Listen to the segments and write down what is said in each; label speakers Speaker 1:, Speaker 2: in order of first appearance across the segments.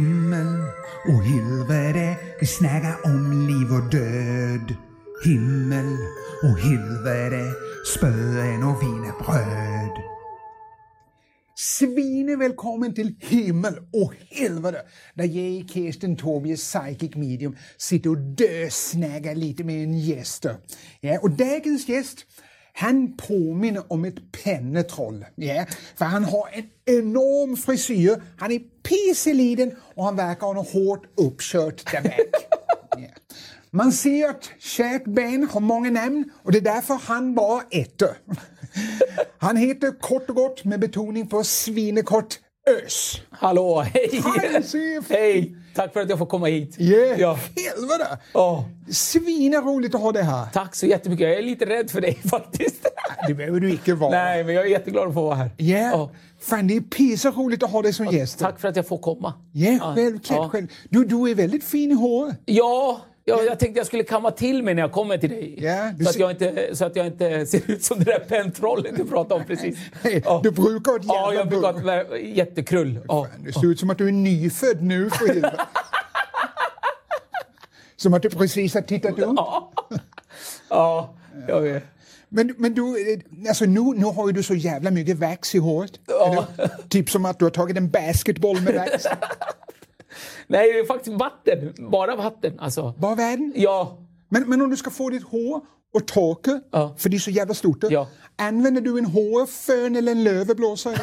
Speaker 1: Himmel och helvete, vi snäga om liv och död. Himmel och helvete, spöen och wienerbröd.
Speaker 2: Svin är välkommen till himmel och helvete där jag, Kirsten Tobias, psychic medium, sitter och dösnägar lite med en gäst. Ja, och dagens gäst, han påminner om ett pennetroll. Ja, för han har en enorm frisyr, han är pisseliden och han verkar ha något hårt uppkört där bak. Ja. Man ser att kärt ben har många namn och det är därför han bara ett. Han heter kort och gott, med betoning på svinekort, Ös.
Speaker 3: Hallå, hej!
Speaker 2: Hej, chef!
Speaker 3: Hej! Tack för att jag får komma hit.
Speaker 2: Yeah.
Speaker 3: Ja.
Speaker 2: Helvete!
Speaker 3: Ja.
Speaker 2: Svina roligt att ha dig här.
Speaker 3: Tack så jättemycket. Jag är lite rädd för dig faktiskt.
Speaker 2: Det behöver du icke vara.
Speaker 3: Nej, men jag är jätteglad att få vara här.
Speaker 2: Yeah.
Speaker 3: Ja.
Speaker 2: Fan, det är pisa roligt att ha dig som gäst.
Speaker 3: Tack för att jag får komma.
Speaker 2: Yeah, självklart.
Speaker 3: Ja.
Speaker 2: Själv. Du, du är väldigt fin i håret.
Speaker 3: Ja, jag, jag tänkte jag skulle kamma till mig när jag kommer till dig.
Speaker 2: Ja, du
Speaker 3: så, att
Speaker 2: ser-
Speaker 3: jag inte, så att jag inte ser ut som det där pentrollet du pratade om precis. Ja.
Speaker 2: Du brukar ha ett jävla
Speaker 3: Ja, jag brukar ha
Speaker 2: burr.
Speaker 3: ett vä- jättekrull. Ja.
Speaker 2: Fan, Det ser ut som att du är nyfödd nu för helvete. Som att du precis har tittat upp.
Speaker 3: Ja. ja, jag vet.
Speaker 2: Men, men du, eh, alltså nu, nu har ju du så jävla mycket vax i håret.
Speaker 3: Ja.
Speaker 2: Eller, Typ som att du har tagit en basketboll med vax.
Speaker 3: Nej, det är faktiskt vatten. Bara vatten. Alltså.
Speaker 2: Bara världen.
Speaker 3: Ja,
Speaker 2: Men, men om du ska få ditt hår och torka,
Speaker 3: Ja.
Speaker 2: för det är så jävla stort, eh,
Speaker 3: Ja.
Speaker 2: använder du en hårfön eller en löveblåsare?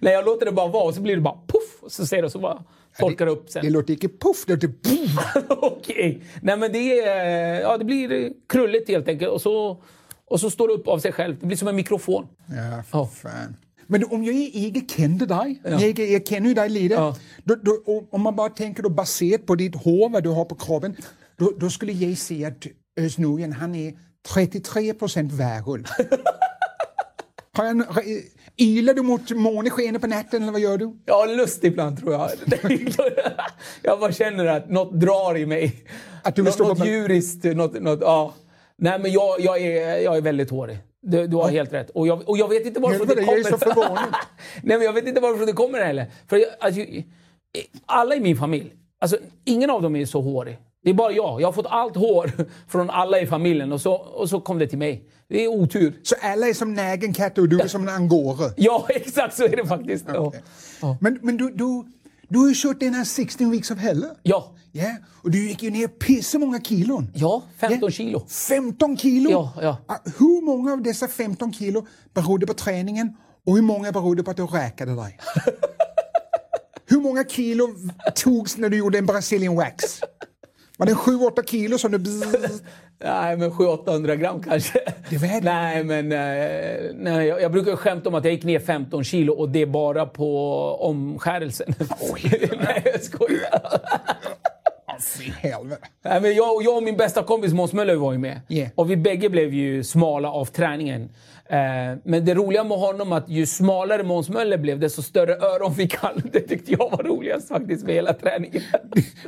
Speaker 3: Nej, jag låter det bara vara och så blir det bara puff och så ser det och så bara torkar det upp
Speaker 2: det
Speaker 3: sen.
Speaker 2: låter inte puff, det låter boom.
Speaker 3: Okej. Nej, men det, är, ja, det blir eh, krulligt helt enkelt och så, och så står det upp av sig själv. Det blir som en mikrofon.
Speaker 2: Ja, för
Speaker 3: Ja.
Speaker 2: fan. Men du, om jag inte kände dig, jag, jag känner ju dig lite,
Speaker 3: Ja.
Speaker 2: då, då, och om man bara tänker då baserat på ditt hår, vad du har på kroppen, då, då skulle jag säga att Özz Nujen, han är 33 procent varulv. Har jag en- eh, Ylar du mot måneskenet på natten eller vad gör du?
Speaker 3: Jag har lust ibland tror jag. jag bara känner att något drar i mig.
Speaker 2: Att du vill
Speaker 3: något,
Speaker 2: stå på-
Speaker 3: något djuriskt. Något, något, ja. Nej, men jag, jag, är, jag är väldigt hårig. Du, du har helt rätt. Och jag, och jag vet inte varför
Speaker 2: Helvete,
Speaker 3: det
Speaker 2: jag
Speaker 3: kommer.
Speaker 2: är så förvånad.
Speaker 3: Nej, men jag vet inte varför det kommer heller. För jag, alltså, alla i min familj, alltså, ingen av dem är så hårig. Det är bara jag. Jag har fått allt hår från alla i familjen och så, och så kom det till mig. Det är otur.
Speaker 2: Så alla är som nagenkatter och du är som en angora.
Speaker 3: Ja, exakt så är det faktiskt. Ja. Ja.
Speaker 2: Men, men du, du, du har ju kört den här 16 weeks of hell.
Speaker 3: Ja.
Speaker 2: Ja, och du gick ju ner pissemånga kilon.
Speaker 3: ja, 15
Speaker 2: Ja.
Speaker 3: kilo.
Speaker 2: 15 kilo?
Speaker 3: Ja, ja.
Speaker 2: Ah, Hur många av dessa 15 kilo berodde på träningen och hur många berodde på att du räkade dig? hur många kilo togs när du gjorde en Brazilian wax? Var det 7-8 kilo som du... bzzz?
Speaker 3: Nej, men 700-800 gram kanske.
Speaker 2: Det var-
Speaker 3: Nej, men eh, nej, jag, jag brukar skämta om att jag gick ner 15 kilo och det bara på omskärelsen. nej, jag skojar.
Speaker 2: Ah, Fy helvete.
Speaker 3: Nej, men jag, och jag och min bästa kompis Måns Möller var ju med.
Speaker 2: Yeah.
Speaker 3: Och vi bägge blev ju smala av träningen. Eh, men det roliga med honom att ju smalare Måns Möller blev desto större öron fick han. Det tyckte jag var roligast faktiskt med hela träningen.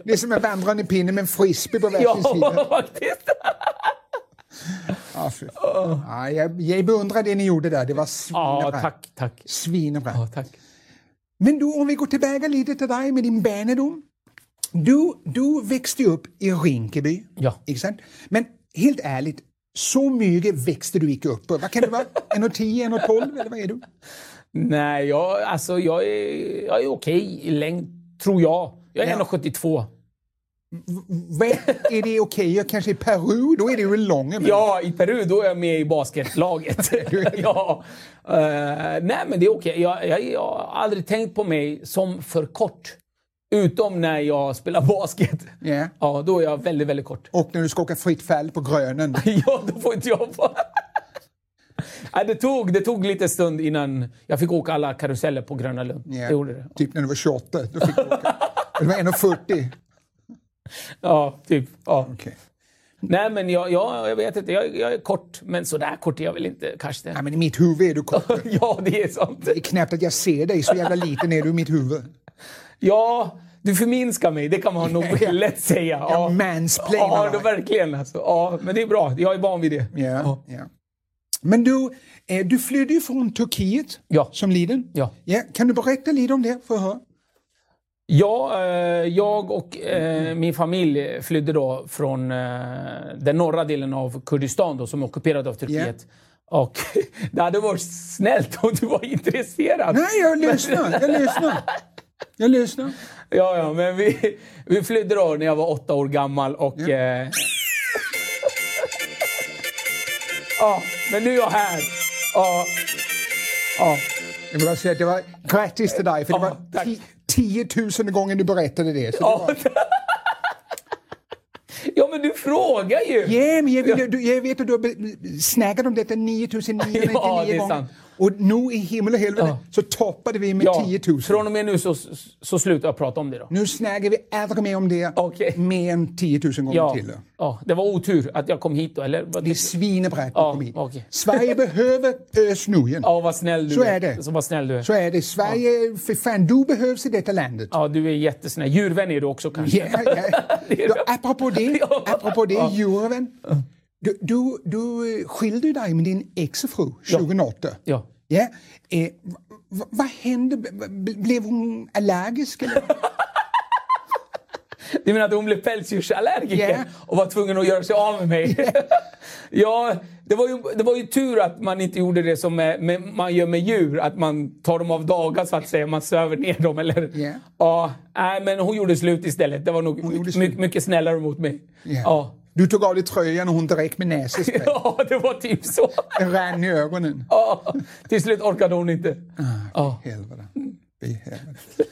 Speaker 2: Det är som en vandrande pinne med en frisbee på varsin sida.
Speaker 3: ja, faktiskt.
Speaker 2: Ah, fy. Ah, jag, jag beundrar det ni gjorde där. Det var svinbra.
Speaker 3: Ja, tack, tack.
Speaker 2: Svinbra.
Speaker 3: Ja, tack.
Speaker 2: Men du, om vi går tillbaka lite till dig med din barndom. Du, du växte ju upp i Rinkeby.
Speaker 3: Ja.
Speaker 2: Inte sant? Men helt ärligt, så mycket växte du inte upp. Vad kan det vara? 1,10, 1,12 eller vad är du?
Speaker 3: Nej, jag, alltså, jag är, jag är okej i längd, tror jag. Jag är
Speaker 2: Ja.
Speaker 3: 1,72.
Speaker 2: Vad är det okej? Jag Kanske i Peru? Då är det ju en lång. Men...
Speaker 3: Ja, i Peru då är jag med i basketlaget. ja. Eh, nej, men det är okej. Jag, jag, jag har aldrig tänkt på mig som för kort. Utom när jag spelar basket.
Speaker 2: Ja.
Speaker 3: Ja, då är jag väldigt, väldigt kort.
Speaker 2: Och när du ska åka fritt fall på Grönen.
Speaker 3: Ja, då får inte jag vara... Nej, det, tog, det tog lite stund innan jag fick åka alla karuseller på Gröna Lund.
Speaker 2: Ja.
Speaker 3: Jag gjorde det.
Speaker 2: Typ när du var 28. Då fick du åka. Det var 1,40.
Speaker 3: Ja, typ. Ja.
Speaker 2: Okej.
Speaker 3: Nej, men jag, jag, jag vet inte. Jag, jag är kort, men sådär kort är jag väl inte kanske.
Speaker 2: Ja, men I mitt huvud är du kort.
Speaker 3: Ja, det är sant.
Speaker 2: Det är knappt att jag ser dig. Så jävla liten är du i mitt huvud.
Speaker 3: Ja, du förminskar mig. Det kan man nog lätt säga. Ja,
Speaker 2: mansplainar
Speaker 3: Ja,
Speaker 2: dig.
Speaker 3: då verkligen. Alltså. Ja, men det är bra. Jag är van vid det.
Speaker 2: Ja,
Speaker 3: Ja.
Speaker 2: ja. Men du, eh, du flydde ju från Turkiet
Speaker 3: Ja.
Speaker 2: som liten.
Speaker 3: Ja.
Speaker 2: Kan du berätta lite om det för att höra?
Speaker 3: Ja, eh, jag och eh, min familj flydde då från eh, den norra delen av Kurdistan då, som är ockuperad av Turkiet. Och det hade varit snällt om du var intresserad.
Speaker 2: Nej, jag lyssnar. Jag lyssnar. Jag lyssnar.
Speaker 3: Ja, ja, men vi, vi flydde då när jag var åtta år gammal och... Ja, eh... ja men nu är jag här. Ja, ja.
Speaker 2: Jag vill bara säga att det var grattis till dig, för det
Speaker 3: Ja,
Speaker 2: var
Speaker 3: tack.
Speaker 2: ti- 10 000 gånger du berättade det. Så det
Speaker 3: Ja.
Speaker 2: var...
Speaker 3: ja, men du frågar ju!
Speaker 2: Ja, men jag, vill, du, jag vet att du har be- snackat om detta 9999
Speaker 3: Ja, det är
Speaker 2: gånger.
Speaker 3: sant.
Speaker 2: Och nu i himmel och helvete
Speaker 3: Ja.
Speaker 2: så toppade vi med
Speaker 3: Ja,
Speaker 2: 10 000.
Speaker 3: Från och med nu så, så slutar jag prata om det då.
Speaker 2: Nu snäger vi aldrig mer om det
Speaker 3: Okej.
Speaker 2: mer än 10 000 gånger
Speaker 3: Ja,
Speaker 2: till.
Speaker 3: ja, det var otur att jag kom hit då, eller? Vad
Speaker 2: Det är
Speaker 3: tycker du?
Speaker 2: svinebrett
Speaker 3: Ja,
Speaker 2: kom hit.
Speaker 3: okej.
Speaker 2: Sverige behöver ösnojen.
Speaker 3: Ja, vad snäll du
Speaker 2: Så är det.
Speaker 3: Så vad snäll du är.
Speaker 2: Så är det. Sverige, för fan, du behövs i detta landet.
Speaker 3: Ja, du är jättesnäll. Djurvän är du också kanske?
Speaker 2: Ja, ja.
Speaker 3: Det är
Speaker 2: Du,
Speaker 3: det.
Speaker 2: apropå det,
Speaker 3: Ja.
Speaker 2: apropå det
Speaker 3: Ja.
Speaker 2: djurvän. Du, du, du eh, skilde dig med din exfru 2008.
Speaker 3: Ja.
Speaker 2: Ja. Eh, v- v- vad hände? B- b- Blev hon allergisk? Eller?
Speaker 3: Du menar att hon blev pälsdjursallergiker
Speaker 2: Ja.
Speaker 3: och var tvungen att göra sig av med mig? ja, det var, ju, det var ju tur att man inte gjorde det som med, med, man gör med djur, att man tar dem av dagar så att säga, man söver ner dem. Eller?
Speaker 2: Ja.
Speaker 3: Ja, nej, men hon gjorde slut istället. Det var nog
Speaker 2: Hon gjorde
Speaker 3: my,
Speaker 2: slut.
Speaker 3: mycket snällare mot mig.
Speaker 2: Ja.
Speaker 3: Ja.
Speaker 2: Du tog av dig tröjan och hon direkt med näsespray.
Speaker 3: ja, det var typ så.
Speaker 2: Rann i ögonen.
Speaker 3: Ja, till slut orkade hon inte. Ja.
Speaker 2: Helvete. Fy helvete.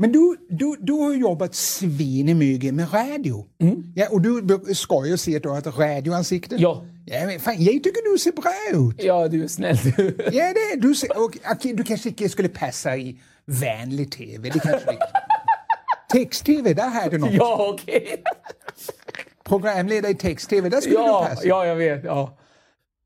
Speaker 2: Men du, du, du har ju jobbat svinemycket med radio. Ja, och du be- skojar och säger att du har ett radioansikte.
Speaker 3: Mm. Ja.
Speaker 2: ja men fan, jag tycker du ser bra ut.
Speaker 3: ja, du är snäll du.
Speaker 2: Ja, det, du, ser, och, okej, du kanske inte skulle passa i vanlig tv. Det kanske du inte. Text-tv, där hade du något.
Speaker 3: Ja, okej.
Speaker 2: Programledare i text-tv, där skulle du
Speaker 3: Ja,
Speaker 2: passa.
Speaker 3: ja, jag vet. Ja.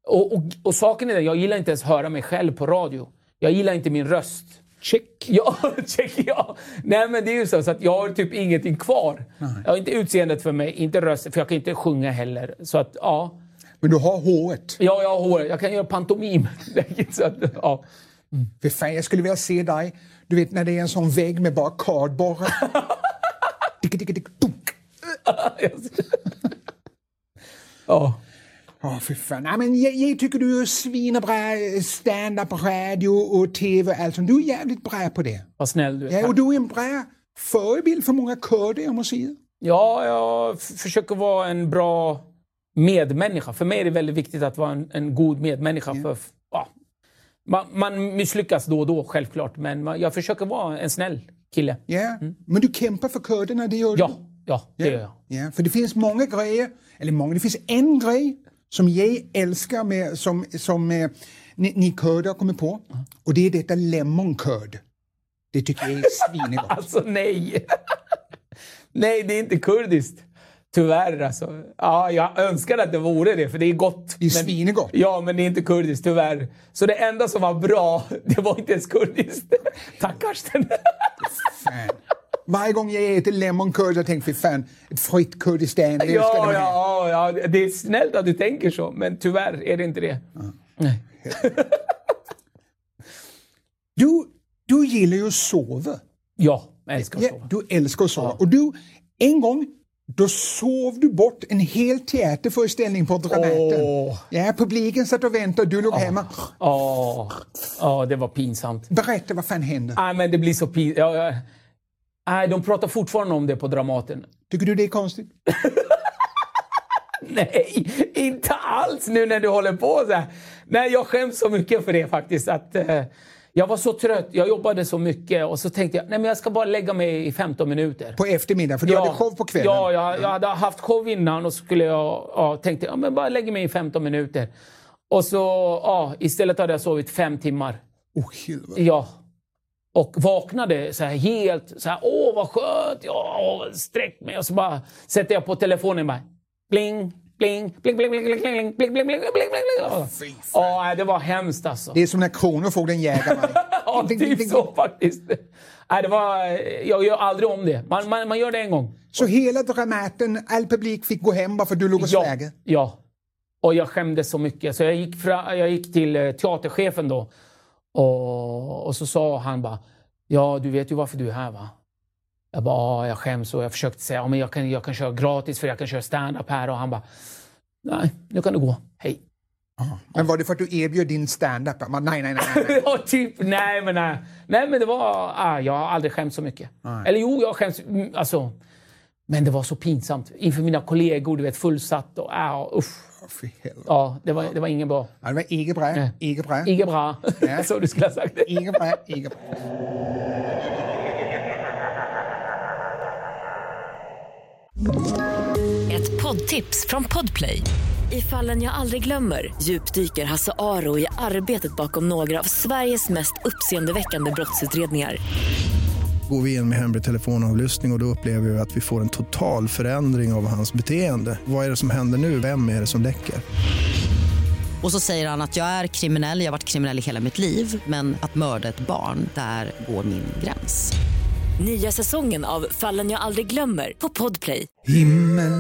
Speaker 3: Och, och, och saken är den, jag gillar inte ens höra mig själv på radio. Jag gillar inte min röst.
Speaker 2: Check.
Speaker 3: Ja, check ja. Nej men det är ju så, så att jag har typ ingenting kvar. Jag har inte utseendet för mig, inte rösten, för jag kan inte sjunga heller. Så att ja,
Speaker 2: Men du har håret.
Speaker 3: ja jag har hår. Jag kan göra pantomim. så att, ja.
Speaker 2: För fan, jag skulle vilja se dig, du vet när det är en sån vägg med bara kardborrar. Dick, dick, dick, dunk.
Speaker 3: ja.
Speaker 2: Ja, fy fan. Nej, men jag, jag tycker du är svinbra eh, stand-up, radio och tv och allt sånt. Du är jävligt bra på det.
Speaker 3: Vad snäll du är.
Speaker 2: Ja, och du är en bra förebild för många kurder, jag måste säga.
Speaker 3: Ja, jag f- försöker vara en bra medmänniska. För mig är det väldigt viktigt att vara en, en god medmänniska. För, f- ja. man, man misslyckas då och då, självklart. Men man, jag försöker vara en snäll kille.
Speaker 2: Ja. Men du kämpar för kurderna, det gör
Speaker 3: Ja,
Speaker 2: du?
Speaker 3: ja det gör jag.
Speaker 2: Ja, för det finns många grejer, eller många, det finns en grej som jag älskar med, som, som eh, ni, ni kurder har kommit på. Och det är detta lemon curd. Det tycker jag är svinegott.
Speaker 3: Alltså nej! nej, det är inte kurdiskt. Tyvärr alltså. Ja, jag önskar att det vore det, för det är gott.
Speaker 2: Det är svinegott.
Speaker 3: Ja, men det är inte kurdiskt, tyvärr. Så det enda som var bra, det var inte ens kurdiskt. Tackars den.
Speaker 2: Fan. Varje gång jag äter lemon curd jag tänker jag, fan, ett fritt Kurdistan, det ska det
Speaker 3: Ja,
Speaker 2: vara."
Speaker 3: ja, ja, det är snällt att du tänker så, men tyvärr är det inte det. Nej.
Speaker 2: Du, du gillar ju att sova.
Speaker 3: Ja, jag älskar att
Speaker 2: Ja,
Speaker 3: sova.
Speaker 2: du älskar att sova. Och du, en gång, då sov du bort en hel teaterföreställning på Dramaten.
Speaker 3: Åh.
Speaker 2: Ja, publiken satt och väntade och du låg hemma.
Speaker 3: Ja, ja, det var pinsamt.
Speaker 2: Berätta, vad fan hände?
Speaker 3: Nej, men det blir så pinsamt. Ja, ja. Nej, de pratar fortfarande om det på Dramaten.
Speaker 2: Tycker du det är konstigt?
Speaker 3: Nej, inte alls nu när du håller på så här. Nej, jag skäms så mycket för det faktiskt. Att, eh, jag var så trött, jag jobbade så mycket och så tänkte jag nej men jag ska bara lägga mig i 15 minuter.
Speaker 2: På eftermiddagen, för du hade show på kvällen.
Speaker 3: Ja, jag, jag hade haft show innan och skulle jag, ja, tänkte ja, men bara lägga mig i 15 minuter. Och så ja, istället hade jag sovit fem timmar.
Speaker 2: Åh, helvete.
Speaker 3: Ja. Och vaknade så här helt så här, åh vad skönt, ja, sträck mig. Och så bara sätter jag på telefonen bara, bling, bling, bling, bling, bling, bling, bling, bling, bling, bling, bling, bling, bling.
Speaker 2: Fy fan.
Speaker 3: Ja, det var hemskt alltså.
Speaker 2: Det är som när Kronofogden jagar mig.
Speaker 3: Ja,
Speaker 2: Ding, ding,
Speaker 3: typ
Speaker 2: ding.
Speaker 3: så faktiskt. Nej, det var, jag gör aldrig om det. Man, man, man gör det en gång.
Speaker 2: Så hela Dramaten, all publik fick gå hem bara för du låg och
Speaker 3: Ja,
Speaker 2: slägade?
Speaker 3: ja. Och jag skämdes så mycket. Så jag gick, fra, jag gick till eh, teaterchefen då. Och, och så sa han bara, "Ja, Ja, du vet ju varför du är här va? Jag bara, "Ja, jag skäms och jag försökte säga, ja, men jag kan, jag kan köra gratis för jag kan köra stand-up här och han bara, nej, nu kan du gå, hej.
Speaker 2: Men var det för att du erbjöd din standup? Jag bara, Nej, nej, nej. nej, nej.
Speaker 3: ja, typ. Nej, men nej. Nej, men det var... Ah, jag har aldrig skämt så mycket. Eller jo, jag har skämts... mm, Alltså, men det var så pinsamt. Inför mina kollegor, du vet, fullsatt och... Ah, usch.
Speaker 2: För helvete.
Speaker 3: Ja, det var, det var ingen bra.
Speaker 2: Ja, det var ikke bra, ikke bra,
Speaker 3: Inget bra. så du skulle ha sagt det.
Speaker 2: ikke bra, ikke bra.
Speaker 4: Ett poddtips från Podplay. I fallen jag aldrig glömmer djupdyker Hasse Aro i arbetet bakom några av Sveriges mest uppseendeväckande brottsutredningar.
Speaker 5: går vi in med hemlig telefonavlyssning och, och då upplever vi att vi får en total förändring av hans beteende. Vad är det som händer nu? Vem är det som läcker?
Speaker 6: Och så säger han att jag är kriminell, jag har varit kriminell i hela mitt liv men att mörda ett barn, där går min gräns.
Speaker 4: Nya säsongen av Fallen jag aldrig glömmer på Podplay.
Speaker 1: Himmel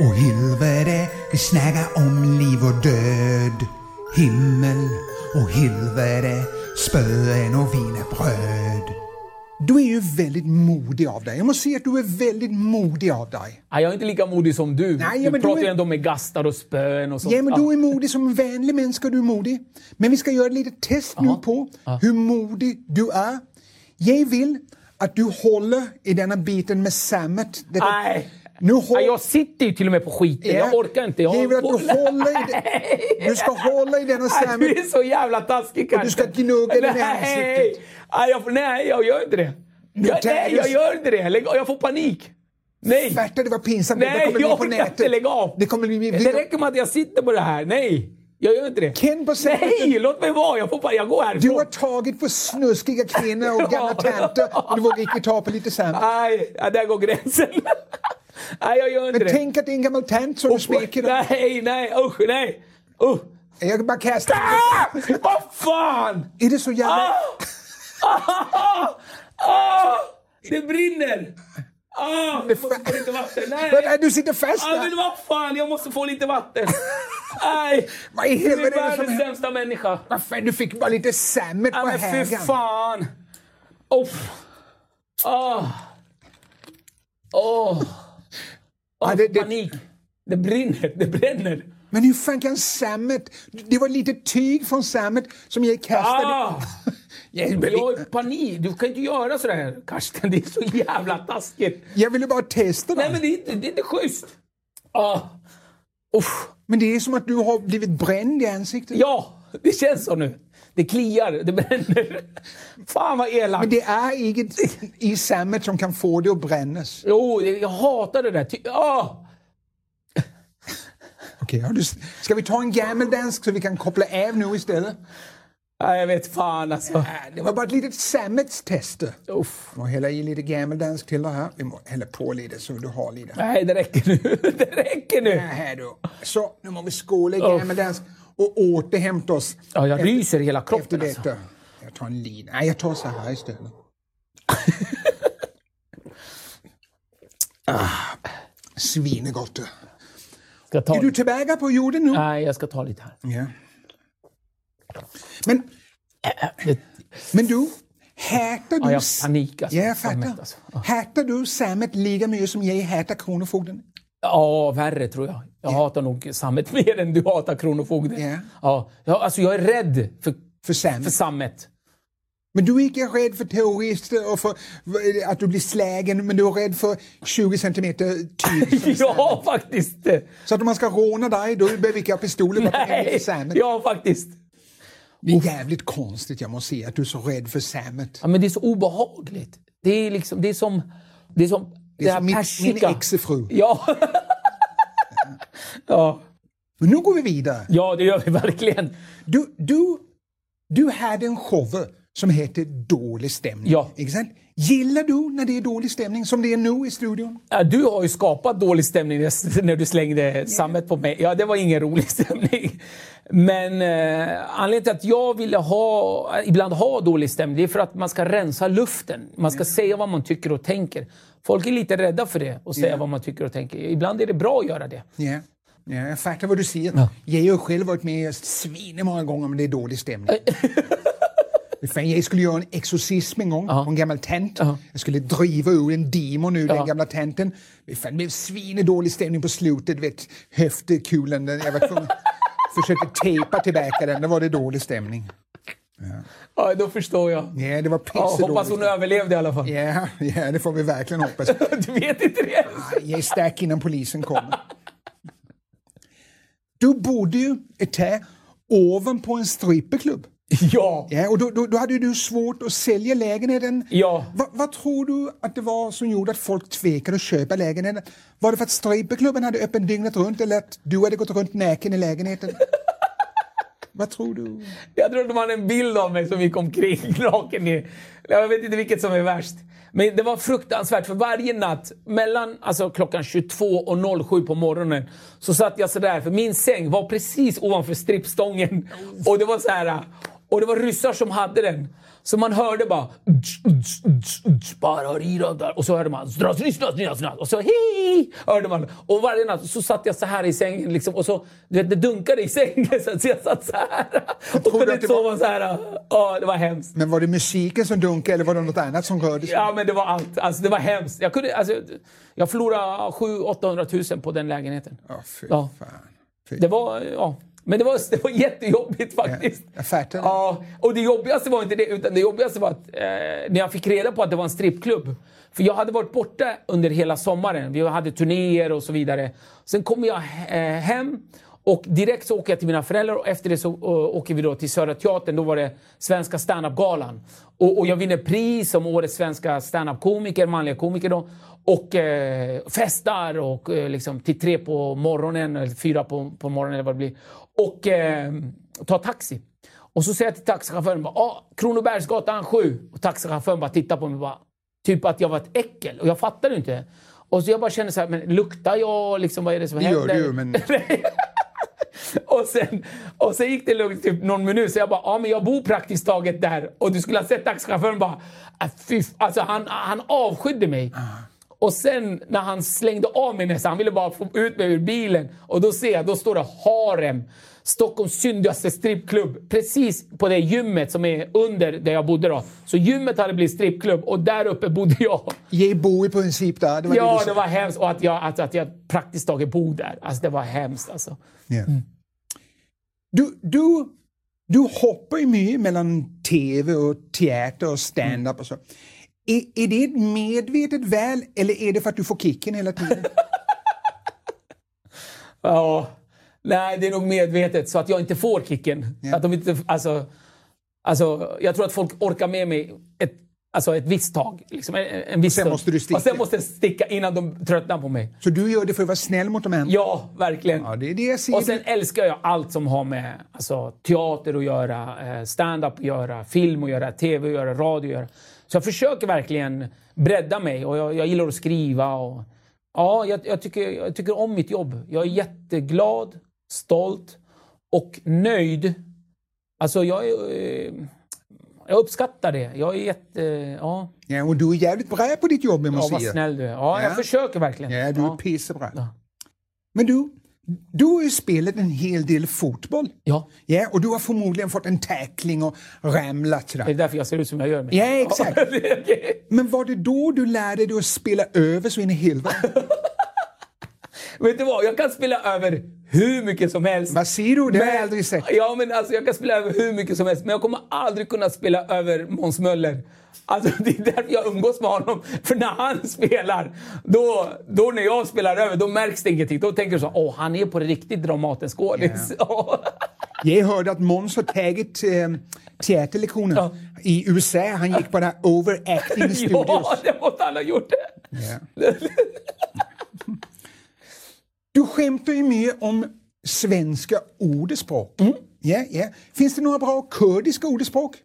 Speaker 1: och helvete, vi snackar om liv och död. Himmel och helvete, spöen och wienerbröd.
Speaker 2: Du är ju väldigt modig av dig. Jag måste säga att du är väldigt modig av dig.
Speaker 3: Ah, jag är inte lika modig som du.
Speaker 2: Nej, ja,
Speaker 3: du
Speaker 2: men du
Speaker 3: pratar ju
Speaker 2: är-
Speaker 3: ändå med gastar och spön och sånt.
Speaker 2: Ja, men du
Speaker 3: Ah.
Speaker 2: är modig som en vänlig människa, du är modig. Men vi ska göra ett litet test nu på hur modig du är. Jag vill att du håller i denna biten med sammet. Detta-
Speaker 3: Nej.
Speaker 2: Nu håll...
Speaker 3: Ah, jag sitter ju till och med på skiten. Jag orkar inte. Jag
Speaker 2: Jag vill att du håller i det- Du ska hålla i denna
Speaker 3: Nej,
Speaker 2: sammet.
Speaker 3: du är så jävla taskig
Speaker 2: Och du ska gnugga den i
Speaker 3: nej.
Speaker 2: ansiktet.
Speaker 3: Nej, jag, får- nej, jag gör inte det. Jag,
Speaker 2: tänker
Speaker 3: nej,
Speaker 2: du-
Speaker 3: jag gör inte det. Lägg, av, jag får panik. Nej,
Speaker 2: Berta, det var pinsamt. det
Speaker 3: nej
Speaker 2: kommer bli
Speaker 3: jag
Speaker 2: på
Speaker 3: orkar inte.
Speaker 2: nätet.
Speaker 3: Lägg av.
Speaker 2: Det kommer bli...
Speaker 3: det räcker med att jag sitter på det här. Nej, jag gör inte det.
Speaker 2: Ken på sättet.
Speaker 3: nej, låt mig vara. Jag, får, pa- jag går härifrån.
Speaker 2: Du har tagit på snuskiga kvinnor och gamla
Speaker 3: Ja.
Speaker 2: tanter och du vågar inte ta på lite samt.
Speaker 3: Nej, ja, där går gränsen. nej, jag gör inte
Speaker 2: Men
Speaker 3: det.
Speaker 2: tänk att det är en gammal tant som du smeker.
Speaker 3: Nej, nej, usch, nej. Usch.
Speaker 2: Jag bara kastar.
Speaker 3: Ah! Vad fan!
Speaker 2: Är det så jävla...
Speaker 3: Ah! Ah! Ah! Det brinner! Ah, jag måste få lite vatten.
Speaker 2: Men, nej,
Speaker 3: Nej!
Speaker 2: Du sitter fast
Speaker 3: Ah, men
Speaker 2: där.
Speaker 3: vad fan, jag måste få lite vatten. Nej!
Speaker 2: Vad i
Speaker 3: Du är
Speaker 2: helvete är det som
Speaker 3: världens
Speaker 2: händer?
Speaker 3: sämsta människa.
Speaker 2: Vad fan, du fick bara lite sammet på
Speaker 3: Ah, men fy
Speaker 2: hägen.
Speaker 3: fan! Uff. Ah. Åh!
Speaker 2: Ja, det- det-
Speaker 3: Panik. Det brinner, det bränner.
Speaker 2: Men hur fan kan sammet... Det var lite tyg från sammet som jag kastade.
Speaker 3: Ah!
Speaker 2: Jag,
Speaker 3: Jag har panik. Du kan inte göra sådär, Karsten. Det är så jävla taskigt.
Speaker 2: jag ville bara testa
Speaker 3: Nej,
Speaker 2: det.
Speaker 3: men det är inte, det är inte schysst. Ah. Uff.
Speaker 2: Men det är som att du har blivit bränd i ansiktet.
Speaker 3: Ja, det känns så nu. Det kliar, det bränner. Fan vad elakt.
Speaker 2: Men det är inget i sammet som kan få det att brännas.
Speaker 3: Jo, det- jag hatar det där. Ty- ah.
Speaker 2: Okej, har du... Ska vi ta en gammeldansk så vi kan koppla av nu istället? Äh,
Speaker 3: Nej, jag vet fan alltså.
Speaker 2: Det var bara ett litet sammetstest.
Speaker 3: Uff.
Speaker 2: Och hälla i lite gammeldansk till det här. Vi må hälla på lite så du har lite. Äh,
Speaker 3: Nej, det räcker nu. Det räcker nu.
Speaker 2: Här då. Så, nu må vi skåla i
Speaker 3: Uff.
Speaker 2: gammeldansk och återhämta oss.
Speaker 3: Ja, jag ryser i hela
Speaker 2: Efter
Speaker 3: kroppen alltså.
Speaker 2: detta. Jag tar en lina. Nej, jag tar så här istället. ah, svinegott. du.
Speaker 3: Ska jag ta
Speaker 2: Är du
Speaker 3: lite?
Speaker 2: tillbaka på jorden nu?
Speaker 3: Nej, jag ska ta lite här.
Speaker 2: Ja. Men,
Speaker 3: Det-
Speaker 2: men du, hätar du...
Speaker 3: Ja, jag har
Speaker 2: s-
Speaker 3: panik alltså.
Speaker 2: Ja, jag
Speaker 3: Som
Speaker 2: fattar.
Speaker 3: mätt, alltså.
Speaker 2: Hätar du sammet lika mycket som jag hätar Kronofogden?
Speaker 3: Ja, värre tror jag. Jag hatar nog sammet mer än du hatar Kronofogden.
Speaker 2: Ja.
Speaker 3: Ja, jag, alltså jag är rädd för,
Speaker 2: För sammet?
Speaker 3: för sammet.
Speaker 2: Men du är inte rädd för terrorister och för v- att du blir slagen, men du är rädd för 20 centimeter tyg.
Speaker 3: ja, faktiskt.
Speaker 2: Så att om man ska råna dig, då behöver vi inte ha pistoler. bara hänga i
Speaker 3: Nej,
Speaker 2: sammet.
Speaker 3: ja faktiskt.
Speaker 2: Det är jävligt konstigt, jag måste säga, att du är så rädd för sammet.
Speaker 3: Ja, men det är så obehagligt. Det är liksom, det är som, det är som det,
Speaker 2: är
Speaker 3: här
Speaker 2: som min-
Speaker 3: persika.
Speaker 2: min exfru.
Speaker 3: Ja. ja.
Speaker 2: Men nu går vi vidare.
Speaker 3: ja, det gör vi verkligen.
Speaker 2: Du, du, du hade en show som heter Dålig stämning.
Speaker 3: Ja.
Speaker 2: Inte sant? Gillar du när det är dålig stämning, som det är nu i studion?
Speaker 3: Ja, Du har ju skapat dålig stämning när du slängde sammet på mig. Ja, det var ingen rolig stämning. Men eh, anledningen till att jag ville ha, ibland ha dålig stämning, det är för att man ska rensa luften. Man ska säga vad man tycker och tänker. Folk är lite rädda för det, att säga vad man tycker och tänker. Ibland är det bra att göra det.
Speaker 2: Ja, ja jag fattar vad du säger. Jag har själv varit med och sviner många gånger om det är dålig stämning. Det fan, jag skulle göra en exorcism en gång
Speaker 3: Ja.
Speaker 2: på en gammal tent.
Speaker 3: Ja.
Speaker 2: Jag skulle driva ur en demon ur
Speaker 3: Ja.
Speaker 2: den gamla tenten. Det fan, det blev svinedålig stämning på slutet. du Vet, höftkulan, den- jag var tvungen försökte tejpa tillbaka den. Då var det dålig stämning.
Speaker 3: Ja, då förstår jag.
Speaker 2: Ja, det var
Speaker 3: Ja,
Speaker 2: pissedålig
Speaker 3: hoppas hon
Speaker 2: stämning.
Speaker 3: överlevde i alla fall.
Speaker 2: Ja, ja, det får vi verkligen hoppas.
Speaker 3: Du vet inte det ens.
Speaker 2: Jag är stark innan polisen kommer. Du bodde ju ett här ovanpå en stripperklubb.
Speaker 3: Ja.
Speaker 2: Ja, och då, då, då hade du svårt att sälja lägenheten.
Speaker 3: Ja.
Speaker 2: Va, vad tror du att det var som gjorde att folk tvekade att köpa lägenheten? Var det för att stripperklubben hade öppen dygnet runt eller att du hade gått runt näken i lägenheten? vad tror du?
Speaker 3: Jag tror att de hade en bild av mig som gick omkring naken. i- Jag vet inte vilket som är värst. Men det var fruktansvärt för varje natt mellan alltså, klockan 22 och 07 på morgonen så satt jag sådär för min säng var precis ovanför strippstången. Och det var så här. Och det var ryssar som hade den. Så man hörde bara... "Uts, uts, uts, uts, bara i det där." Och så hörde man... "Zdras, zdras, zdras, zdras." Och så hej! Hörde man. Och varje natt så satt jag så här i sängen liksom, och så... Du vet, det dunkade i sängen så att jag satt så här. Och
Speaker 2: Tror du
Speaker 3: kunde
Speaker 2: att det
Speaker 3: inte
Speaker 2: var-
Speaker 3: sova så här. Ja, det var hemskt.
Speaker 2: Men var det musiken som dunkade eller var det något annat som rörde sig?
Speaker 3: Ja, men det var allt. Alltså, det var hemskt. Jag, kunde, alltså, jag förlorade 700 000 på den lägenheten.
Speaker 2: Ja, fy
Speaker 3: Ja.
Speaker 2: fan. Fy.
Speaker 3: Det var, ja. Men det var, det var jättejobbigt faktiskt.
Speaker 2: jag fattar det.
Speaker 3: Ja, och det jobbigaste var inte det, utan det jobbigaste var att eh, när jag fick reda på att det var en strippklubb. För jag hade varit borta under hela sommaren. Vi hade turnéer och så vidare. Sen kommer jag eh, hem och direkt så åker jag till mina föräldrar och efter det så eh, åker vi då till Södra Teatern. Då var det Svenska standup-galan. Och, och jag vinner pris som årets svenska standup-komiker, manliga komiker då. Och eh, festar och eh, liksom till tre på morgonen, eller fyra på, på morgonen eller vad det blir. Och eh, tar taxi. Och så säger jag till taxichauffören bara, ah, Kronobergsgatan 7. Och taxichauffören bara tittar på mig och bara, typ att jag var ett äckel. Och jag fattar ju inte. Och så jag bara känner så här, men luktar jag liksom, vad är det som
Speaker 2: Det
Speaker 3: händer?
Speaker 2: gör du ju, men...
Speaker 3: Och sen, och sen gick det lugnt typ någon minut, så jag bara ja men jag bor praktiskt taget där. Och du skulle ha sett taxichauffören bara, "Ah, fy, f-" alltså han, han avskydde mig. Och sen när han slängde av mig nästan, han ville bara få ut mig ur bilen. Och då ser jag, då står det Harem. Stockholms syndigaste strippklubb. Precis på det gymmet som är under där jag bodde då. Så gymmet hade blivit strippklubb och där uppe bodde jag.
Speaker 2: Ge bo i princip där. Det var
Speaker 3: Ja,
Speaker 2: du
Speaker 3: det
Speaker 2: sa.
Speaker 3: var hemskt. Och att jag, att, att jag praktiskt taget bor där. Alltså det var hemskt alltså.
Speaker 2: Ja. Du, du, du hoppar ju mycket mellan tv och teater och stand-up och så. Är, är det ett medvetet väl eller är det för att du får kicken hela tiden?
Speaker 3: Ja. Nej, det är nog medvetet så att jag inte får kicken. Så Att de inte, alltså, alltså, jag tror att folk orkar med mig ett, alltså ett visst tag. Liksom en, en viss
Speaker 2: sen
Speaker 3: stund.
Speaker 2: måste du sticka.
Speaker 3: Och sen måste jag sticka innan de tröttnar på mig.
Speaker 2: Så du gör det för att vara snäll mot de andra?
Speaker 3: Ja, verkligen.
Speaker 2: Ja, det är det jag ser.
Speaker 3: Och sen älskar jag allt som har med alltså, teater att göra, eh, stand-up att göra, film att göra, tv att göra, radio att göra. Så jag försöker verkligen bredda mig och jag, jag gillar att skriva. Och, ja, jag, jag, tycker, jag tycker om mitt jobb. Jag är jätteglad, stolt och nöjd. Alltså jag, är, eh, jag uppskattar det. Jag är jätte... Ja,
Speaker 2: ja, och du är jävligt bra på ditt jobb, jag
Speaker 3: ja
Speaker 2: måste
Speaker 3: vad
Speaker 2: säga.
Speaker 3: snäll du är. Ja, jag
Speaker 2: Ja.
Speaker 3: försöker verkligen.
Speaker 2: Ja, du är
Speaker 3: ja.
Speaker 2: pissebra.
Speaker 3: Ja.
Speaker 2: Men du, du har ju spelat en hel del fotboll.
Speaker 3: ja.
Speaker 2: Ja, och du har förmodligen fått en tackling och ramlat.
Speaker 3: Det är
Speaker 2: Sådär.
Speaker 3: därför jag ser ut som jag gör. mig.
Speaker 2: Ja, exakt.
Speaker 3: Okej.
Speaker 2: Men var det då du lärde dig att spela över så in i helvete?
Speaker 3: Vet du vad? Jag kan spela över hur mycket som helst.
Speaker 2: Vad säger du? Det har
Speaker 3: Men-
Speaker 2: jag aldrig sett.
Speaker 3: Ja, men alltså, jag kan spela över hur mycket som helst, men jag kommer aldrig kunna spela över Måns Möller. Alltså, det är därför jag umgås med honom. För när han spelar, då, då när jag spelar över, då märks det ingenting. Då tänker du så åh, han är på riktigt Dramatenskådis.
Speaker 2: Jag hörde att Måns har tagit eh, teaterlektioner
Speaker 3: Ja.
Speaker 2: i USA. Han gick på det här overacting studios.
Speaker 3: ja, det måste han ha gjort.
Speaker 2: Ja. Du skämtar ju mer om svenska ordspråk.
Speaker 3: Mm.
Speaker 2: Ja, ja. Finns det några bra kurdiska ordspråk?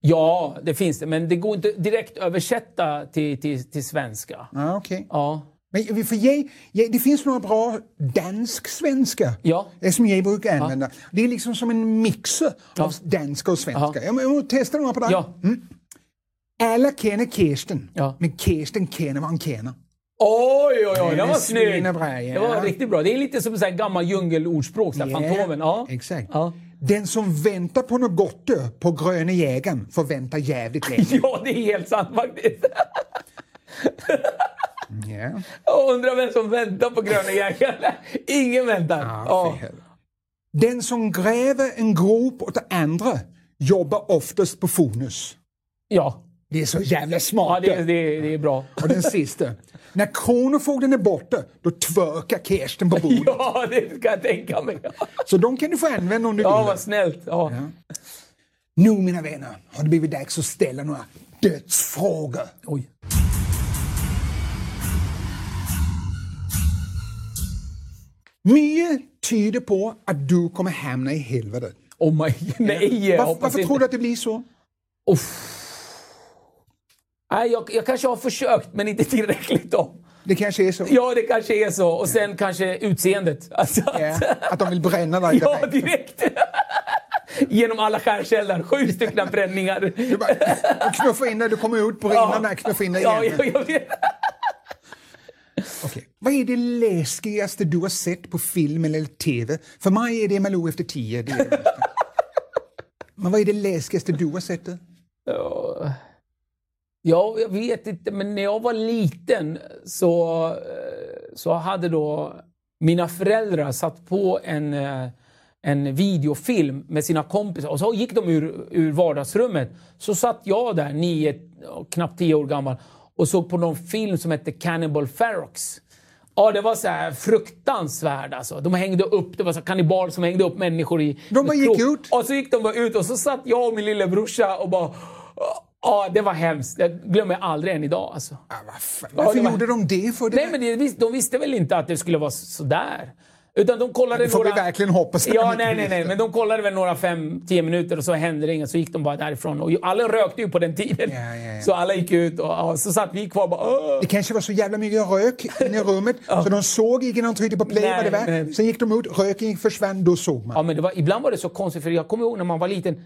Speaker 3: Ja, det finns det, men det går inte direkt översätta till, till, till svenska.
Speaker 2: Ja, okej.
Speaker 3: Ja.
Speaker 2: Men för jag, jag, det finns några bra dansk-svenska
Speaker 3: Ja.
Speaker 2: eh, som jag brukar använda. Det är liksom som en mixer av danska och svenska. Jag, må- jag måste testa några på dig. Mm.
Speaker 3: Ja.
Speaker 2: Alla känner Kirsten,
Speaker 3: Ja.
Speaker 2: men Kirsten känner vad hon känner.
Speaker 3: Oj, oj, oj.
Speaker 2: Det
Speaker 3: Det
Speaker 2: är
Speaker 3: var snyggt.
Speaker 2: svinbra, ja.
Speaker 3: Det var riktigt bra. Det är lite som en sån här gammal djungelordspråk. så här
Speaker 2: Ja,
Speaker 3: Fantomen. Ja.
Speaker 2: Exakt.
Speaker 3: Ja.
Speaker 2: Den som väntar på något gott på gröne jägaren får vänta jävligt länge.
Speaker 3: Ja, det är helt sant faktiskt.
Speaker 2: Ja.
Speaker 3: Jag undrar vem som väntar på gröna jägaren. Ingen väntar.
Speaker 2: Ja, för helvete. Den som gräver en grop åt andra jobbar oftast på Fonus.
Speaker 3: ja.
Speaker 2: Det är så jävla
Speaker 3: ja
Speaker 2: smart.
Speaker 3: det, det, det är bra.
Speaker 2: Och den sista. När kronofogden är borta, då tvörkar Kirsten på bordet.
Speaker 3: Ja, det ska jag tänka mig.
Speaker 2: Så de kan du få använda om du
Speaker 3: Ja,
Speaker 2: vill.
Speaker 3: vad snällt. Ja.
Speaker 2: Nu mina vänner har det blivit dags att ställa några dödsfrågor.
Speaker 3: Oj.
Speaker 2: Mycket tyder på att du kommer hamna i helvetet.
Speaker 3: Oh my... Nej, jag
Speaker 2: Varför,
Speaker 3: hoppas
Speaker 2: varför
Speaker 3: inte.
Speaker 2: tror du att det blir så?
Speaker 3: Uff. Nej, jag, jag kanske har försökt, men inte tillräckligt då.
Speaker 2: Det kanske är så.
Speaker 3: Ja, det kanske är så. Och sen kanske utseendet. Alltså,
Speaker 2: Ja,
Speaker 3: att-
Speaker 2: Att de vill bränna dig
Speaker 3: ja,
Speaker 2: direkt.
Speaker 3: direkt. Genom alla skärselden. Sju stycken bränningar.
Speaker 2: Du bara knuffar in dig, du kommer ut, brinner där, knuffar in dig
Speaker 3: ja,
Speaker 2: igen.
Speaker 3: jag, jag vet.
Speaker 2: Okej. Vad är det läskigaste du har sett på film eller tv? För mig är det Malou efter tio. Det är det värsta. Men vad är det läskigaste du har sett? då?
Speaker 3: Ja. Ja, jag vet inte, men när jag var liten så, eh, så hade då mina föräldrar satt på en, eh, en videofilm med sina kompisar och så gick de ur, ur vardagsrummet. Så satt jag där, nio, knappt tio år gammal, och såg på någon film som hette Cannibal Ferox. Ja, det var så här fruktansvärt alltså. De hängde upp, det var så här kannibaler som hängde upp människor i...
Speaker 2: De bara gick ut?
Speaker 3: Och så gick de bara ut och så satt jag och min lillebrorsa och bara... Ja, det var hemskt. Det glömmer jag aldrig än idag alltså.
Speaker 2: Ah, vad fan.
Speaker 3: Ja,
Speaker 2: Varför
Speaker 3: det var-
Speaker 2: gjorde de det? för? Det
Speaker 3: Nej, men det, vis- de visste väl inte att det skulle vara så- sådär. Utan de kollade
Speaker 2: Det får vi
Speaker 3: några...
Speaker 2: verkligen hoppas att de
Speaker 3: Ja,
Speaker 2: inte
Speaker 3: nej, nej, nej.
Speaker 2: visste.
Speaker 3: Men de kollade väl några fem, tio minuter och så hände det inget. Så gick de bara därifrån. Och ju- alla rökte ju på den tiden.
Speaker 2: Ja, ja, ja.
Speaker 3: Så alla gick ut och ja, så satt vi kvar och bara... "Åh."
Speaker 2: Det kanske var så jävla mycket rök inne i rummet så de såg inte när de tryckte på play
Speaker 3: Nej,
Speaker 2: vad det var.
Speaker 3: nej.
Speaker 2: Sen gick de ut, röken gick, försvann, då såg man.
Speaker 3: Ja, men det var, ibland var det så konstigt, för jag kommer ihåg när man var liten.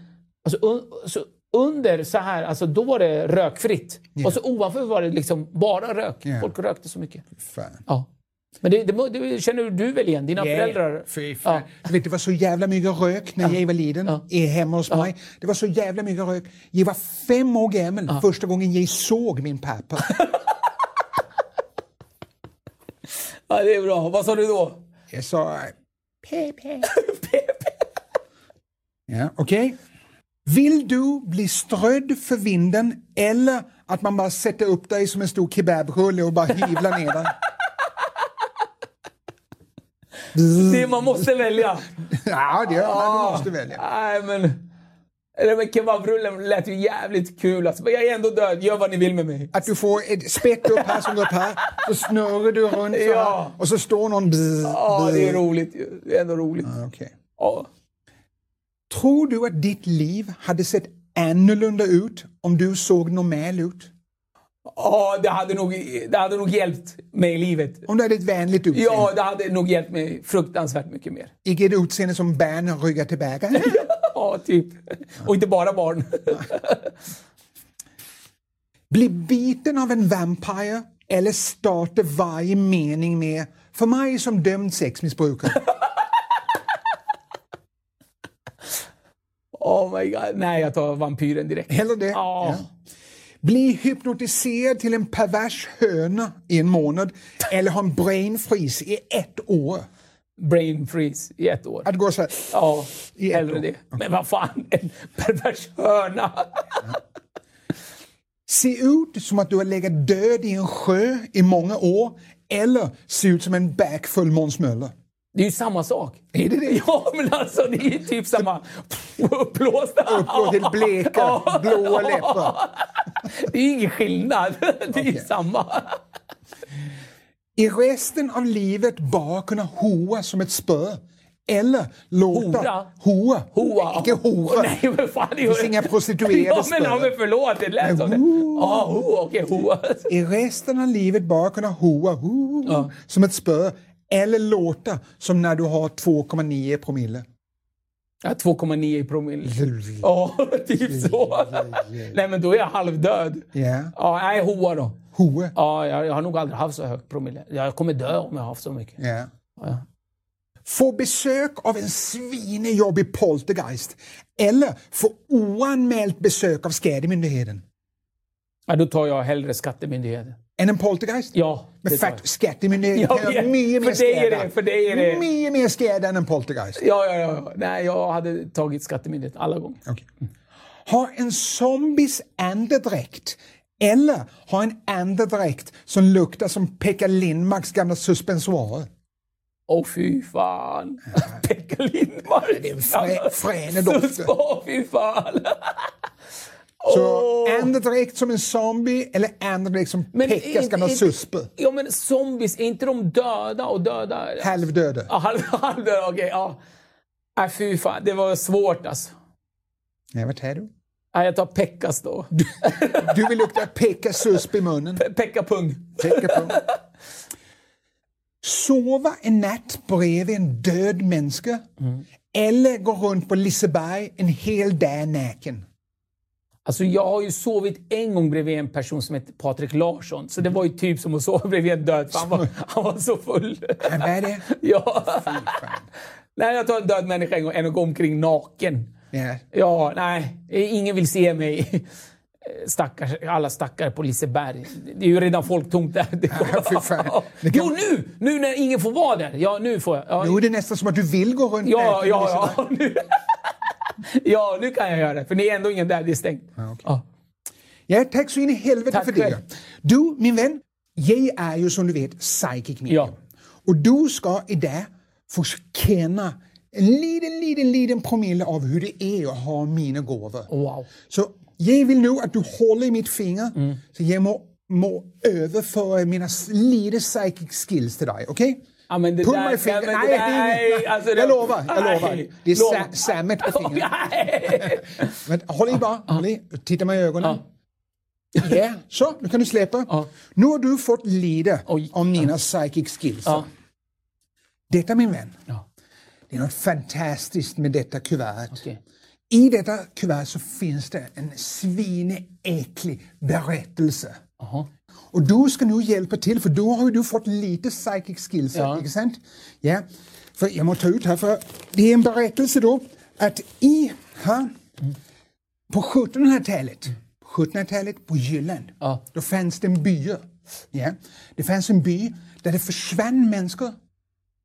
Speaker 3: Alltså, un, så under så här, alltså, då var det rökfritt. Och så ovanför var det liksom bara rök.
Speaker 2: Ja.
Speaker 3: Folk rökte så mycket.
Speaker 2: Fan.
Speaker 3: Ja. Men det, det, det känner du väl igen? Dina föräldrar?
Speaker 2: Fy fan. Du vet, det var så jävla mycket rök när jag var liten
Speaker 3: Ja.
Speaker 2: eh, hemma hos mig. Det var så jävla mycket rök. Jag var fem år gammal första gången jag såg min pappa.
Speaker 3: Ja, det är bra. Vad sa du då?
Speaker 2: Jag sa... Pepe. ja, okej. Vill du bli strödd för vinden eller att man bara sätter upp dig som en stor kebabrulle och bara hyvlar ner dig?
Speaker 3: Det, man måste välja.
Speaker 2: Ja, det gör man. Du måste välja.
Speaker 3: Nej, men... Eller men kebabrullen lät ju jävligt kul. Alltså. Men jag är ändå död. Gör vad ni vill med mig.
Speaker 2: Att du får ett spett upp här som går upp här, så snurrar du runt så här,
Speaker 3: Ja.
Speaker 2: och så står någon... Bzz,
Speaker 3: Ja,
Speaker 2: bzz.
Speaker 3: det är roligt. ju. Det är ändå roligt.
Speaker 2: Okej.
Speaker 3: Ja.
Speaker 2: Tror du att ditt liv hade sett annorlunda ut om du såg normal ut?
Speaker 3: Ja, det hade, nog, det hade nog hjälpt mig i livet.
Speaker 2: Om du hade ett vänligt utseende?
Speaker 3: Ja, det hade nog hjälpt mig fruktansvärt mycket mer.
Speaker 2: Icke ett utseende som barn ryggar tillbaka?
Speaker 3: Ja, typ. Och inte bara barn.
Speaker 2: Bli biten av en vampire eller starta varje mening med för mig som dömd sexmissbrukare.
Speaker 3: Oh my god. Nej, jag tar vampyren direkt.
Speaker 2: Hellre det.
Speaker 3: Ja.
Speaker 2: Ja. Bli hypnotiserad till en pervers höna i en månad eller ha en brain freeze i ett år.
Speaker 3: Brain freeze i ett år.
Speaker 2: Att gå så här.
Speaker 3: Ja,
Speaker 2: I ett
Speaker 3: hellre
Speaker 2: år.
Speaker 3: det. Men vad fan, en pervers hörna.
Speaker 2: Se ut som att du har legat död i en sjö i många år eller se ut som en backfull Måns Möller.
Speaker 3: Det är ju samma sak.
Speaker 2: Är det det?
Speaker 3: Ja, men alltså det är ju typ samma... Uppblåsta.
Speaker 2: Uppåt till bleka,
Speaker 3: Ja.
Speaker 2: blåa läppar.
Speaker 3: Det är ju ingen skillnad. Det är ju
Speaker 2: Okej.
Speaker 3: samma.
Speaker 2: I resten av livet bara kunna hoa som ett spö. Eller låta...
Speaker 3: Hora?
Speaker 2: Hoa.
Speaker 3: Hoa.
Speaker 2: Icke hora.
Speaker 3: Nej, men fan. Det
Speaker 2: finns inga prostituerade
Speaker 3: ja, men, ja,
Speaker 2: spöare.
Speaker 3: men förlåt. Det lät som det.
Speaker 2: ho.
Speaker 3: Ja, ho. Okej, ho.
Speaker 2: I resten av livet bara kunna hoa ho, som ett spö. Eller låta som när du har 2,9 promille.
Speaker 3: Ja, 2,9 i promille. Ja, typ så. Nej, men då är jag halvdöd.
Speaker 2: Ja.
Speaker 3: Ja, nej, hoa då.
Speaker 2: Hoa.
Speaker 3: Ja, jag, jag har nog aldrig haft så hög promille. Jag kommer dö om jag har haft så mycket.
Speaker 2: Ja.
Speaker 3: Ja.
Speaker 2: få besök av en svinejobbig poltergeist eller få oanmält besök av skattemyndigheten.
Speaker 3: Ja, då tar jag hellre skattemyndigheten.
Speaker 2: Än en poltergeist?
Speaker 3: Ja,
Speaker 2: Men
Speaker 3: det tar jag.
Speaker 2: fakt, skattemyndigheten
Speaker 3: Ja,
Speaker 2: kan
Speaker 3: ja.
Speaker 2: göra mycket mer
Speaker 3: För dig är
Speaker 2: skada.
Speaker 3: det- för dig är det-
Speaker 2: Mycket mer skada än en poltergeist.
Speaker 3: Ja, ja, ja. ja. Nej, jag hade tagit skattemyndigheten alla gånger.
Speaker 2: Okej. Ha en zombies andedräkt eller ha en andedräkt som luktar som Pekka Lindmarks gamla suspensoarer.
Speaker 3: Åh fy fan. Pekka Lindmark. Det är
Speaker 2: frä- frän doft.
Speaker 3: Åh fy fan.
Speaker 2: Så
Speaker 3: Åh.
Speaker 2: andedräkt som en zombie eller andedräkt som
Speaker 3: Men
Speaker 2: Pekkas
Speaker 3: inte-
Speaker 2: gamla
Speaker 3: inte-
Speaker 2: suspe.
Speaker 3: Ja men zombies, är inte de döda och döda?
Speaker 2: Halvdöda.
Speaker 3: Ja, halv, halvdöda, okej. ja. Nej fy fan, det var svårt alltså.
Speaker 2: Nej, vad tar du?
Speaker 3: Nej, jag tar Pekkas då.
Speaker 2: Du vill lukta Pekka suspe i munnen.
Speaker 3: Pekka Pung.
Speaker 2: Pekka på. Sova en natt bredvid en död människa eller gå runt på Liseberg en hel dag naken.
Speaker 3: Alltså jag har ju sovit en gång bredvid en person som heter Patrik Larsson. Så det var ju typ som att sova bredvid en död. För han, var, han var så full.
Speaker 2: Men vad är det?
Speaker 3: Ja. Nej, jag tar en död människa en gång än att gå omkring naken.
Speaker 2: Ja.
Speaker 3: Ja, nej. Ingen vill se mig. Eh, Stackars, alla stackare på Liseberg. Det är ju redan folktomt där. Det
Speaker 2: Ja, fy fan. Det kan-
Speaker 3: Jo, nu! Nu när ingen får vara där. Ja, nu får jag. Ja,
Speaker 2: Nu är det nästan som att du vill gå runt
Speaker 3: ja,
Speaker 2: naken. på
Speaker 3: ja.
Speaker 2: Liseberg.
Speaker 3: Ja nu. ja, nu kan jag göra det. För det är ändå ingen där. Det är stängt. Ja.
Speaker 2: Ja, tack så in i helvete
Speaker 3: Tack
Speaker 2: för det.
Speaker 3: själv.
Speaker 2: Du, min vän, jag är ju som du vet psychic medium.
Speaker 3: Ja.
Speaker 2: Och du ska idag få känna en liten, liten, liten promille av hur det är att ha mina gåvor.
Speaker 3: Wow. Mm.
Speaker 2: Så jag vill nu att du håller i mitt finger så jag må, må överföra mina s- lite psychic skills till dig. Okej?
Speaker 3: Ja, men det
Speaker 2: Pull
Speaker 3: där-
Speaker 2: my finger.
Speaker 3: ja, men
Speaker 2: nej,
Speaker 3: det
Speaker 2: det
Speaker 3: där-
Speaker 2: är inget.
Speaker 3: nej, alltså det-
Speaker 2: jag lovar. Jag
Speaker 3: nej.
Speaker 2: lovar. Det är
Speaker 3: Lova.
Speaker 2: sa, sammet på
Speaker 3: Åh,
Speaker 2: fingret.
Speaker 3: nej.
Speaker 2: Men håll i bara, håll i. Titta mig i ögonen. Ja, så nu kan du släppa. Nu har du fått lida
Speaker 3: Oj.
Speaker 2: om mina psychic skills.
Speaker 3: Ja.
Speaker 2: Detta min vän,
Speaker 3: Ja.
Speaker 2: det är något fantastiskt med detta kuvert.
Speaker 3: Okej.
Speaker 2: I detta kuvert så finns det en svineäcklig berättelse.
Speaker 3: Jaha.
Speaker 2: Och du ska nu hjälpa till för då har ju du fått lite psychic skills,
Speaker 3: Ja.
Speaker 2: inte sant? Ja, för jag måste ta ut här för det är en berättelse då att i här på 1700-talet, på 1700-talet på Jylland,
Speaker 3: Ja.
Speaker 2: då fanns det en by. Ja, det fanns en by där det försvann människor.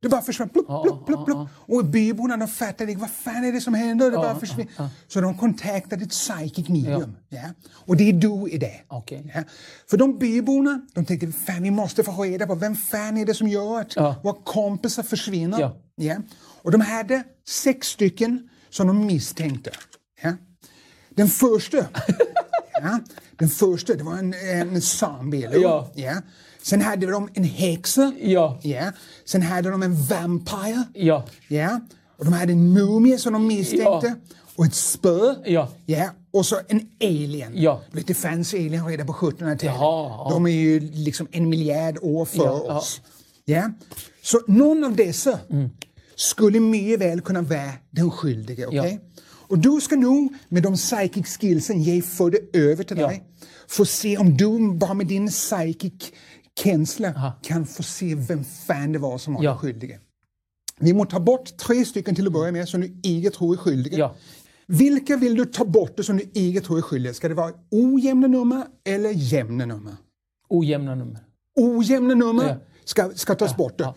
Speaker 2: Det bara försvann, plupp, plupp, plupp, plupp. Och byborna de fattade inte, vad fan är det som händer? Det bara försvann. Så de kontaktade ett psychic medium. Ja. Och det är du i det.
Speaker 3: Okej.
Speaker 2: Ja. För de byborna, de tänkte fan vi måste få reda på vem fan är det som gör att
Speaker 3: Ja.
Speaker 2: våra kompisar försvinner.
Speaker 3: Ja.
Speaker 2: Och de hade sex stycken som de misstänkte. Ja. Den första, ja, den första, det var en, en zombie, eller hur?
Speaker 3: Ja.
Speaker 2: Sen hade de en häxa.
Speaker 3: Ja.
Speaker 2: Ja. Sen hade de en vampire.
Speaker 3: Ja.
Speaker 2: Ja. Och de hade en mumie som de misstänkte. Och ett spö.
Speaker 3: Ja.
Speaker 2: ja. Och så en alien.
Speaker 3: Ja.
Speaker 2: Du vet, det fanns alien redan på 1700-talet.
Speaker 3: Jaha, ja.
Speaker 2: De är ju liksom en miljard år för
Speaker 3: Ja, ja.
Speaker 2: oss. Ja. Så någon av dessa skulle mycket väl kunna vara den skyldige. okej? Och du ska nu med de psychic skillsen jag förde över till
Speaker 3: Ja.
Speaker 2: dig få se om du bara med din psychic känsla kan få se vem fan det var som var
Speaker 3: Ja.
Speaker 2: den skyldige. Vi måste ta bort tre stycken till att börja med som du inte tror är skyldiga.
Speaker 3: Ja.
Speaker 2: Vilka vill du ta bort det som du inte tror är skyldiga? Ska det vara ojämna nummer eller jämna nummer?
Speaker 3: Ojämna nummer.
Speaker 2: Ojämna nummer
Speaker 3: Ja.
Speaker 2: ska, ska tas bort. Då.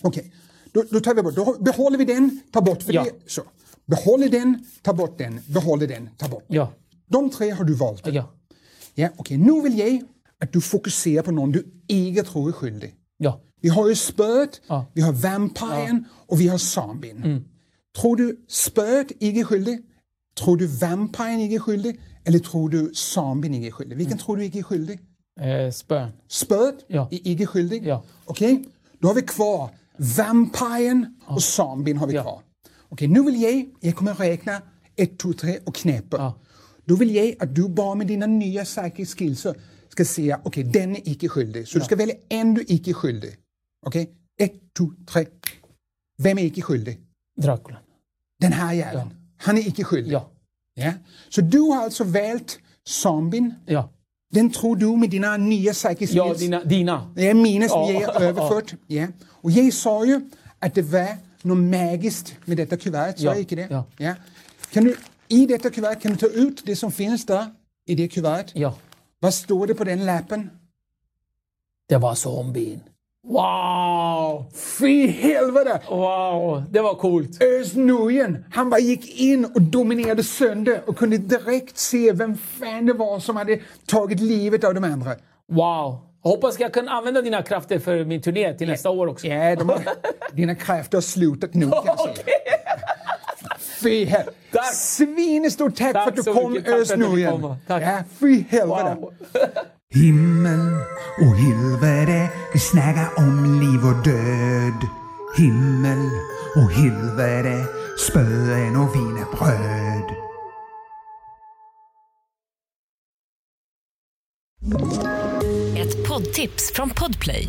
Speaker 2: Okej, då, då tar vi bort. Då behåller vi den, tar bort. För
Speaker 3: Ja.
Speaker 2: det. Så. Behåller den, tar bort den, behåller den, tar bort. den.
Speaker 3: Ja.
Speaker 2: De tre har du valt.
Speaker 3: Ja.
Speaker 2: Ja, okej. Nu vill jag att du fokuserar på någon du inte tror är skyldig.
Speaker 3: Ja.
Speaker 2: Vi har ju spöet,
Speaker 3: Ja.
Speaker 2: vi har vampyren och vi har zombien. Tror du spöet inte är skyldig? Tror du vampyren inte är skyldig? Eller tror du zombien inte är skyldig? Vilken tror du inte är skyldig?
Speaker 3: Eh, spön.
Speaker 2: Spöet
Speaker 3: Ja.
Speaker 2: är inte skyldig?
Speaker 3: Ja.
Speaker 2: Okej, då har vi kvar vampyren och zombien har vi
Speaker 3: Ja.
Speaker 2: kvar. Okej, nu vill jag, jag kommer räkna ett, två, tre och knäppa.
Speaker 3: Ja.
Speaker 2: Då vill jag att du bara med dina nya psychic skills ska säga okej, den är icke skyldig. Så du ska välja en du icke är skyldig. Okej, ett, två, tre. Vem är icke skyldig?
Speaker 3: Dracula.
Speaker 2: Den här jäveln. Han är icke skyldig.
Speaker 3: Ja.
Speaker 2: Ja. Så du har alltså valt zombien.
Speaker 3: Ja.
Speaker 2: Den tror du med dina nya psychic skills.
Speaker 3: Ja, dina. dina.
Speaker 2: Det är mina som
Speaker 3: Ja.
Speaker 2: jag har överfört. Ja. Och jag sa ju att det var något magiskt med detta kuvert. Så
Speaker 3: Ja,
Speaker 2: ja. gick det.
Speaker 3: ja.
Speaker 2: Kan du, I detta kuvert kan du ta ut det som finns där i det kuvertet.
Speaker 3: Ja.
Speaker 2: Vad står det på den lappen?
Speaker 3: Det var zombien. Wow!
Speaker 2: Fy helvete!
Speaker 3: Wow, det var coolt.
Speaker 2: Özz Nujen, han bara gick in och dominerade sönder och kunde direkt se vem fan det var som hade tagit livet av de andra.
Speaker 3: Wow. Hoppas jag kan använda dina krafter för min turné till nästa år också.
Speaker 2: Ja, de har, dina krafter har slutat nu. kan jag säga. Fy helvete.
Speaker 3: Tack.
Speaker 2: Svinestort tack,
Speaker 3: Tack
Speaker 2: för att
Speaker 3: så
Speaker 2: du kom
Speaker 3: mycket. Tack
Speaker 2: Özz
Speaker 3: för att du fick
Speaker 2: Nujen.
Speaker 3: komma. Tack.
Speaker 2: Ja, fy helvete.
Speaker 3: Wow.
Speaker 1: Himmel och helvete, vi snackar om liv och död. Himmel och helvete, spöen och wienerbröd.
Speaker 4: Ett poddtips från Podplay.